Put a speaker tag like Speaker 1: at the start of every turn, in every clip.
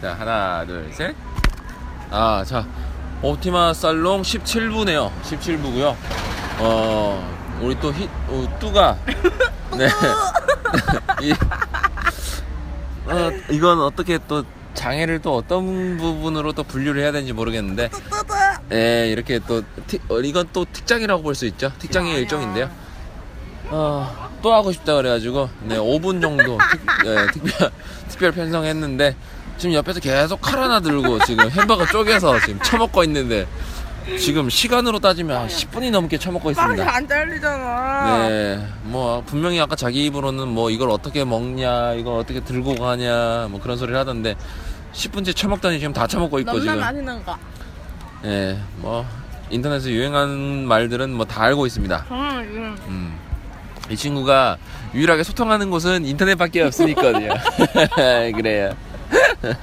Speaker 1: 자, 하나, 둘, 셋. 아, 자, 옵티마 살롱 17부네요. 17부고요. 어, 우리 또 히, 어, 뚜가. 네. 이, 어, 이건 어떻게 또 장애를 또 어떤 부분으로 또 분류를 해야 되는지 모르겠는데. 네, 이렇게 또, 틱- 어, 이건 또 틱장이라고 볼 수 있죠. 틱장의
Speaker 2: 아,
Speaker 1: 일종인데요. 어, 또 하고 싶다 그래가지고 네 5분 정도 특, 네, 특별 특별 편성했는데 지금 옆에서 계속 칼 하나 들고 지금 햄버거 쪼개서 지금 처먹고 있는데 지금 시간으로 따지면 10분이 넘게 처먹고
Speaker 2: 빠르게
Speaker 1: 있습니다.
Speaker 2: 아, 안 잘리잖아.
Speaker 1: 네, 뭐 분명히 아까 자기 입으로는 뭐 이걸 어떻게 먹냐, 이걸 어떻게 들고 가냐, 뭐 그런 소리를 하던데 10분째 처먹다니 지금 다 처먹고 있고
Speaker 2: 넘나
Speaker 1: 지금.
Speaker 2: 맛있는 거.
Speaker 1: 네, 뭐 인터넷에 유행한 말들은 뭐 다 알고 있습니다.
Speaker 2: 음, 음.
Speaker 1: 음. 이 친구가 유일하게 소통하는 곳은 인터넷밖에 없으니까요. 그래요.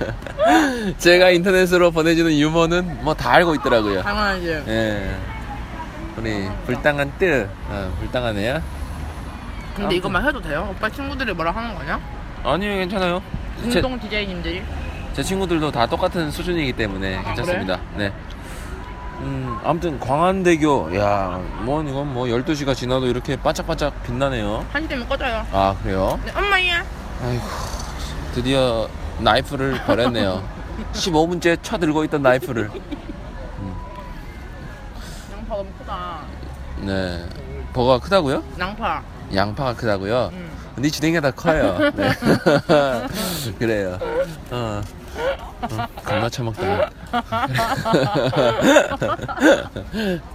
Speaker 1: 제가 인터넷으로 보내주는 유머는 뭐 다 알고 있더라고요.
Speaker 2: 당연하지.
Speaker 1: 예. 우리 불당한 뜨, 어, 불당한 애야?
Speaker 2: 근데 이거만 해도 돼요? 오빠 친구들이 뭐라 하는 거냐?
Speaker 1: 아니요, 괜찮아요. 제,
Speaker 2: 운동 DJ님들이?
Speaker 1: 제 친구들도 다 똑같은 수준이기 때문에 괜찮습니다. 네. 음, 아무튼 광안대교, 야, 뭐 이건 뭐 12시가 지나도 이렇게 반짝반짝 빛나네요.
Speaker 2: 한시 되면 꺼져요.
Speaker 1: 아, 그래요?
Speaker 2: 네, 엄마야.
Speaker 1: 아이고 드디어 나이프를 버렸네요 15분째 쳐들고 있던 나이프를
Speaker 2: 양파 너무 크다.
Speaker 1: 네 버거가 크다고요?
Speaker 2: 양파.
Speaker 1: 양파가 크다고요?
Speaker 2: 음.
Speaker 1: 네 진행이 다 커요 네. 그래요 어. 어, 겁나 처먹다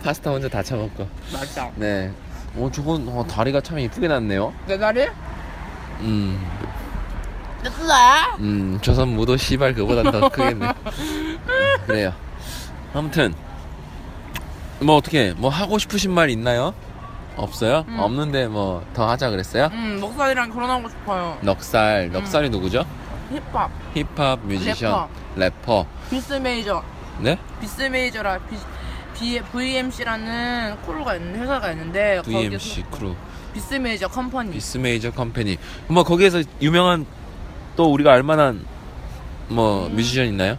Speaker 1: 파스타 혼자 다 처먹고
Speaker 2: 맛있다.
Speaker 1: 네 오, 저건 어, 다리가 참 이쁘게 났네요
Speaker 2: 내 다리?
Speaker 1: 음.
Speaker 2: 내 뜨다.
Speaker 1: 음, 조선 무도 씨발 그보다 더 크겠네. 음, 그래요. 아무튼 뭐 어떻게 뭐 하고 싶으신 말 있나요? 없어요?
Speaker 2: 음.
Speaker 1: 없는데 뭐 더 하자 그랬어요?
Speaker 2: 음, 목살이랑 결혼하고 싶어요.
Speaker 1: 넉살, 넉살이 누구죠?
Speaker 2: 힙합.
Speaker 1: 힙합 뮤지션, 래퍼.
Speaker 2: 비스 메이저.
Speaker 1: 네?
Speaker 2: 비스 메이저라. 비, 비, VMC라는 크루가 있는 회사가 있는데
Speaker 1: VMC 크루,
Speaker 2: 비스 메이저 컴퍼니.
Speaker 1: 비스 메이저 컴퍼니. 뭐 거기에서 유명한 또 우리가 알만한 뭐 뮤지션 있나요?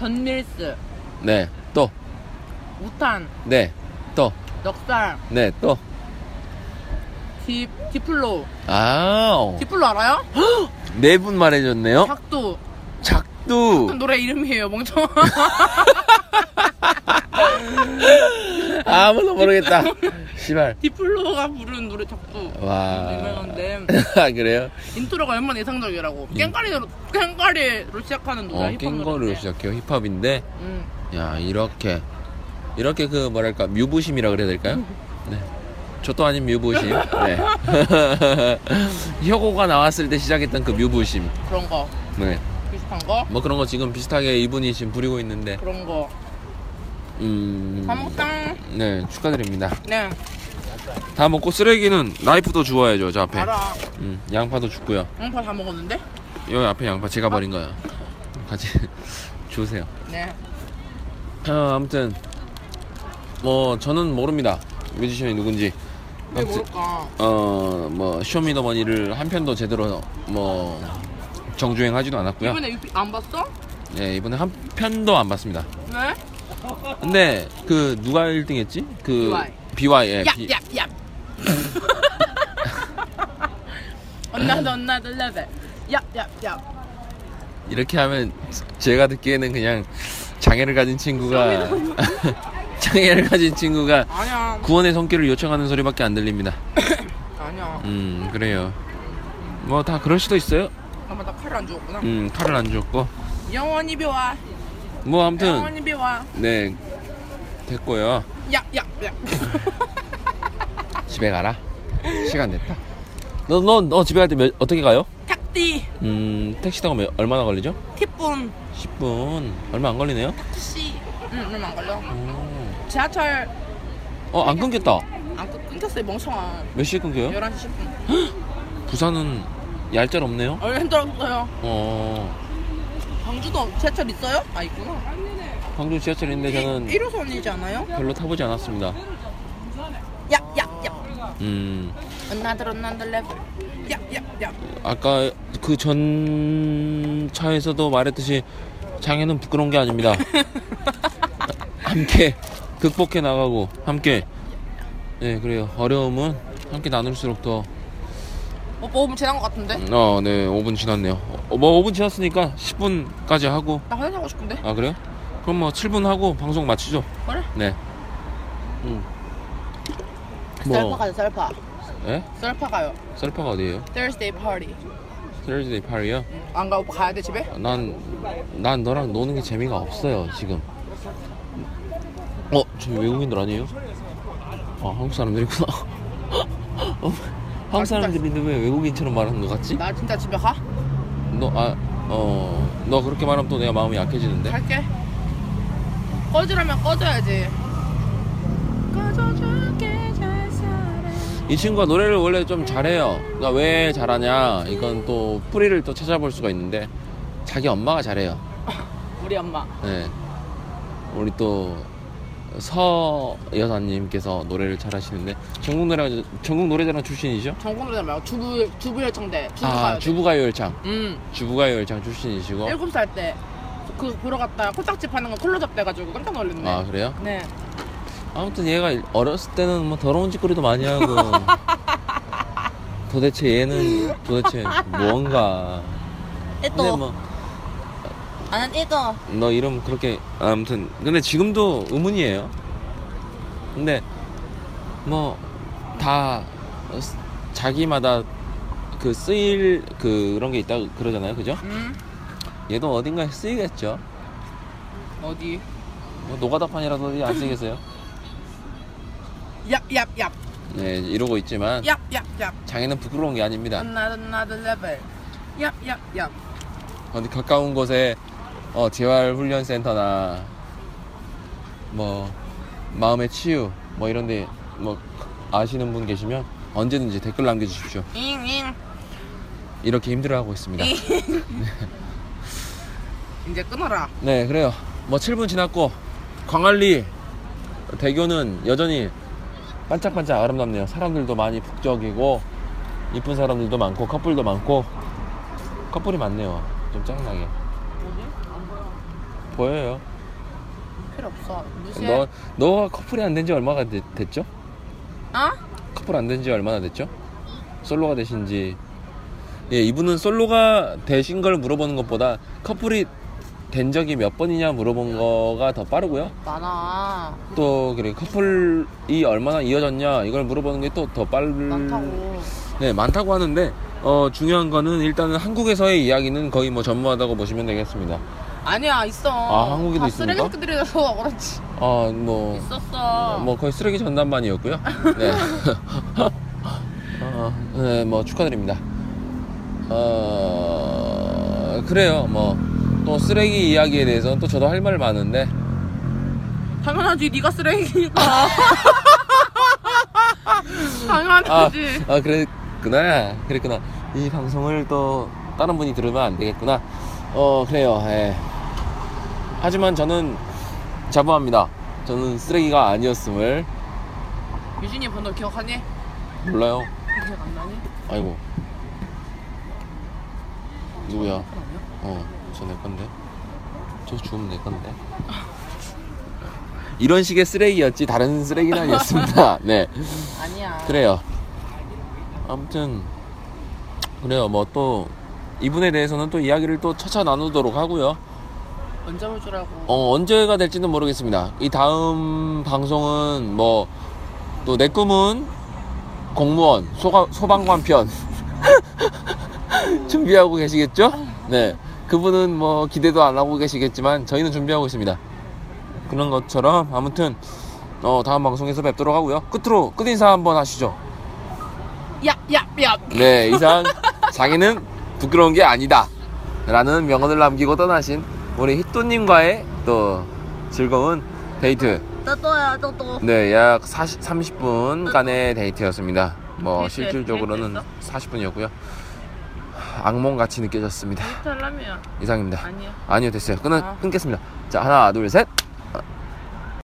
Speaker 2: 던밀스.
Speaker 1: 네, 또,
Speaker 2: 우탄.
Speaker 1: 네, 또,
Speaker 2: 넉살.
Speaker 1: 네, 또.
Speaker 2: 디, 디플로.
Speaker 1: 아,
Speaker 2: 디플로 알아요?
Speaker 1: 네 분 말해줬네요.
Speaker 2: 작두. 그
Speaker 1: 작두.
Speaker 2: 노래 이름이에요, 멍청아. 네.
Speaker 1: 아무도 모르겠다. 시발.
Speaker 2: 디플로가 부른 노래 작두.
Speaker 1: 와.
Speaker 2: 유명한데.
Speaker 1: 아 그래요?
Speaker 2: 인트로가 얼마나 예상적이라고. 깽가리로, 깽가리로 시작하는 아, 노래. 음.
Speaker 1: 어, 깽거리로 시작해요. 힙합인데,
Speaker 2: 응.
Speaker 1: 야 이렇게 이렇게 그 뭐랄까 뮤부심이라 그래야 될까요? 네. 저 또 아닌 뮤부심. 네. 혁오가 나왔을 때 시작했던 그 뮤부심.
Speaker 2: 그런 거.
Speaker 1: 네.
Speaker 2: 비슷한 거.
Speaker 1: 뭐 그런 거 지금 비슷하게 이분이 지금 부리고 있는데,
Speaker 2: 그런 거.
Speaker 1: 음.
Speaker 2: 밥 먹당.
Speaker 1: 네 축하드립니다.
Speaker 2: 네.
Speaker 1: 다 먹고 쓰레기는 나이프도 주워야죠 저 앞에.
Speaker 2: 알아.
Speaker 1: 음, 양파도 줍고요.
Speaker 2: 양파 다 먹었는데?
Speaker 1: 여기 앞에 양파 제가 버린 거예요. 같이 주세요.
Speaker 2: 네.
Speaker 1: 아, 아무튼 뭐 저는 모릅니다. 뮤지션이 누군지.
Speaker 2: 왜 모를까?
Speaker 1: 어뭐 쇼미더머니를 한 편도 제대로 뭐 정주행하지도 않았고요.
Speaker 2: 이번에 유피 안 봤어?
Speaker 1: 예, 이번에 한 편도 안 봤습니다.
Speaker 2: 네?
Speaker 1: 근데 그 누가 1등했지? 그
Speaker 2: BY.
Speaker 1: BY 예.
Speaker 2: 야,
Speaker 1: B-
Speaker 2: 야, 야. 언나도 언나도 레벨. 야, 야,
Speaker 1: 음.
Speaker 2: 야.
Speaker 1: 이렇게 하면 제가 듣기에는 그냥 장애를 가진 친구가 장애를 가진 친구가
Speaker 2: 아니야.
Speaker 1: 구원의 손길을 요청하는 소리밖에 안 들립니다.
Speaker 2: 아니야.
Speaker 1: 음 그래요 뭐 다 그럴 수도 있어요
Speaker 2: 아마 나 칼을 안 주었구나.
Speaker 1: 음 칼을 안 줬고
Speaker 2: 영원히 비와.
Speaker 1: 뭐 아무튼
Speaker 2: 영원히 비와.
Speaker 1: 네 됐고요
Speaker 2: 야, 야, 야.
Speaker 1: 집에 가라 시간 됐다 너 너 너 집에 갈 때 어떻게 가요?
Speaker 2: 탁디,
Speaker 1: 음 택시 타고 몇- 얼마나 걸리죠?
Speaker 2: 티폰,
Speaker 1: 10분 얼마 안 걸리네요
Speaker 2: 택시. 응, 얼마 안 걸려. 지하철
Speaker 1: 어 안 끊겼다
Speaker 2: 안 끊- 끊겼어요, 멍청아.
Speaker 1: 몇 시에 끊겨요?
Speaker 2: 11시 10분.
Speaker 1: 부산은 얄짤 없네요
Speaker 2: 얼른 들었어요.
Speaker 1: 어
Speaker 2: 광주도 지하철 있어요? 아, 있구나.
Speaker 1: 광주 지하철인데 네, 저는
Speaker 2: 1호선이지 않아요?
Speaker 1: 별로 타보지 않았습니다
Speaker 2: 야, 야, 야.
Speaker 1: 음
Speaker 2: Another, another level. 얍얍얍
Speaker 1: 아까 그 전 차에서도 말했듯이 장애는 부끄러운 게 아닙니다. 함께 극복해 나가고 함께 네 그래요 어려움은 함께 나눌수록 더
Speaker 2: 오빠 오분 지난 뭐, 것 같은데?
Speaker 1: 어, 네, 5분 지났네요. 어, 뭐 5분 지났으니까 10분까지 하고
Speaker 2: 나 화장실 가고 싶은데?
Speaker 1: 아 그래요? 그럼 뭐 7분 하고 방송 마치죠.
Speaker 2: 그래?
Speaker 1: 네. 음. 뭐?
Speaker 2: 셀파 가요 셀파
Speaker 1: 예?
Speaker 2: 셀파 가요
Speaker 1: 셀파가 어디예요?
Speaker 2: Thursday party
Speaker 1: Thursday party요?
Speaker 2: 응. 안가 오빠 가야 돼 집에?
Speaker 1: 난 난 너랑 노는 게 재미가 없어요 지금. 어, 저기 외국인들 아니에요? 아, 한국 사람들이구나. 어, 한국 사람들인데 왜 외국인처럼 말하는 것 같지?
Speaker 2: 나 진짜 집에 가?
Speaker 1: 너 아, 어, 너 그렇게 말하면 또 내가 마음이 약해지는데.
Speaker 2: 갈게 꺼지라면 꺼져야지 꺼져줄게 잘 살아
Speaker 1: 이 친구가 노래를 원래 좀 잘해요. 그러니까 왜 잘하냐? 이건 또 뿌리를 또 찾아볼 수가 있는데 자기 엄마가 잘해요.
Speaker 2: 우리 엄마
Speaker 1: 네. 우리 또 서 여사님께서 노래를 잘하시는데 전국 노래 전국 노래자랑 출신이죠?
Speaker 2: 전공 노래 말고 주부 주부 열창대 주부
Speaker 1: 아
Speaker 2: 가요 네.
Speaker 1: 주부가요열창 어?
Speaker 2: 음
Speaker 1: 주부가요열창 출신이시고
Speaker 2: 일곱 살때그 보러 갔다 콜딱집 하는 거 클로즈업 돼가지고 깜짝 놀랐네
Speaker 1: 아 그래요?
Speaker 2: 네
Speaker 1: 아무튼 얘가 어렸을 때는 뭐 더러운 짓거리도 많이 하고 도대체 얘는 도대체 뭔가 근데 뭐
Speaker 2: 나는 이거
Speaker 1: 너 이름 그렇게 아무튼 근데 지금도 의문이에요. 근데 뭐 다 자기마다 그 쓰일 그 그런 게 있다 고 그러잖아요, 그죠?
Speaker 2: 음
Speaker 1: 얘도 어딘가에 쓰이겠죠.
Speaker 2: 어디
Speaker 1: 뭐 노가다판이라도 어디 안 쓰이겠어요?
Speaker 2: 얍얍얍
Speaker 1: 네 이러고 있지만
Speaker 2: 얍얍얍
Speaker 1: 장애는 부끄러운 게 아닙니다.
Speaker 2: another another level 얍얍얍
Speaker 1: 어디 가까운 곳에 어, 재활훈련센터나 뭐 마음의 치유 뭐 이런데 뭐 아시는 분 계시면 언제든지 댓글 남겨주십시오.
Speaker 2: 잉잉
Speaker 1: 이렇게 힘들어하고 있습니다.
Speaker 2: 이제 끊어라
Speaker 1: 네, 그래요. 뭐 7분 지났고 광안리 대교는 여전히 반짝반짝 아름답네요. 사람들도 많이 북적이고 이쁜 사람들도 많고 커플도 많고 커플이 많네요. 좀 짜증나게 보여요.
Speaker 2: 필요 없어 무시해
Speaker 1: 너 너가 커플이 안 된 지 얼마가 됐- 됐죠?
Speaker 2: 어?
Speaker 1: 커플 안 된 지 얼마나 됐죠? 솔로가 되신지 예 이분은 솔로가 되신 걸 물어보는 것보다 커플이 된 적이 몇 번이냐 물어본 거가 더 빠르고요
Speaker 2: 많아
Speaker 1: 음. 또 그리고 커플이 얼마나 이어졌냐 이걸 물어보는 게 또 더 빠르
Speaker 2: 많다고
Speaker 1: 네 많다고 하는데 어 중요한 거는 일단은 한국에서의 이야기는 거의 뭐 전무하다고 보시면 되겠습니다
Speaker 2: 아니야 있어
Speaker 1: 아, 한국에도
Speaker 2: 다
Speaker 1: 있습니까?
Speaker 2: 쓰레기 새끼들이라서 그렇지
Speaker 1: 아, 어뭐
Speaker 2: 있었어
Speaker 1: 뭐 거의 쓰레기 전담반이었고요. 네. 어, 네, 뭐 축하드립니다. 어, 그래요. 뭐 또 쓰레기 이야기에 대해서는 또 저도 할 말 많은데
Speaker 2: 당연하지 네가 쓰레기니까
Speaker 1: 아,
Speaker 2: 당연하지
Speaker 1: 아 그랬구나. 그랬구나. 이 방송을 또 다른 분이 들으면 안 되겠구나. 어, 그래요. 예. 하지만 저는 자부합니다. 저는 쓰레기가 아니었음을
Speaker 2: 유진이 번호 기억하니?
Speaker 1: 몰라요.
Speaker 2: 기억 안 나니?
Speaker 1: 아이고. 누구야?
Speaker 2: 그럼요
Speaker 1: 어, 저 내 건데. 저 주면 내 건데. 이런 식의 쓰레기였지 다른 쓰레기는 아니었습니다. 네,
Speaker 2: 아니야
Speaker 1: 그래요. 아무튼 그래요. 뭐 또 이분에 대해서는 또 이야기를 또 차차 나누도록 하고요.
Speaker 2: 언제 올 줄 알고
Speaker 1: 어, 언제가 될지는 모르겠습니다. 이 다음 방송은 뭐 또 내 꿈은 공무원 소가, 소방관 편 준비하고 계시겠죠? 네. 그분은 뭐 기대도 안 하고 계시겠지만 저희는 준비하고 있습니다. 그런 것처럼 아무튼 어, 다음 방송에서 뵙도록 하고요. 끝으로 끝 인사 한번 하시죠.
Speaker 2: 얍얍얍
Speaker 1: 네, 이상 자기는 부끄러운 게 아니다. 라는 명언을 남기고 떠나신 우리 히또님과의 또 즐거운 데이트.
Speaker 2: 또또야 또또
Speaker 1: 네, 약 40, 30분간의 데이트였습니다. 뭐,
Speaker 2: 데이트,
Speaker 1: 실질적으로는
Speaker 2: 데이트였어?
Speaker 1: 40분이었고요. 악몽같이 느껴졌습니다.
Speaker 2: 잘라면
Speaker 1: 이상입니다.
Speaker 2: 아니야
Speaker 1: 아니요, 됐어요. 끊,
Speaker 2: 아.
Speaker 1: 끊겠습니다. 자, 하나, 둘, 셋.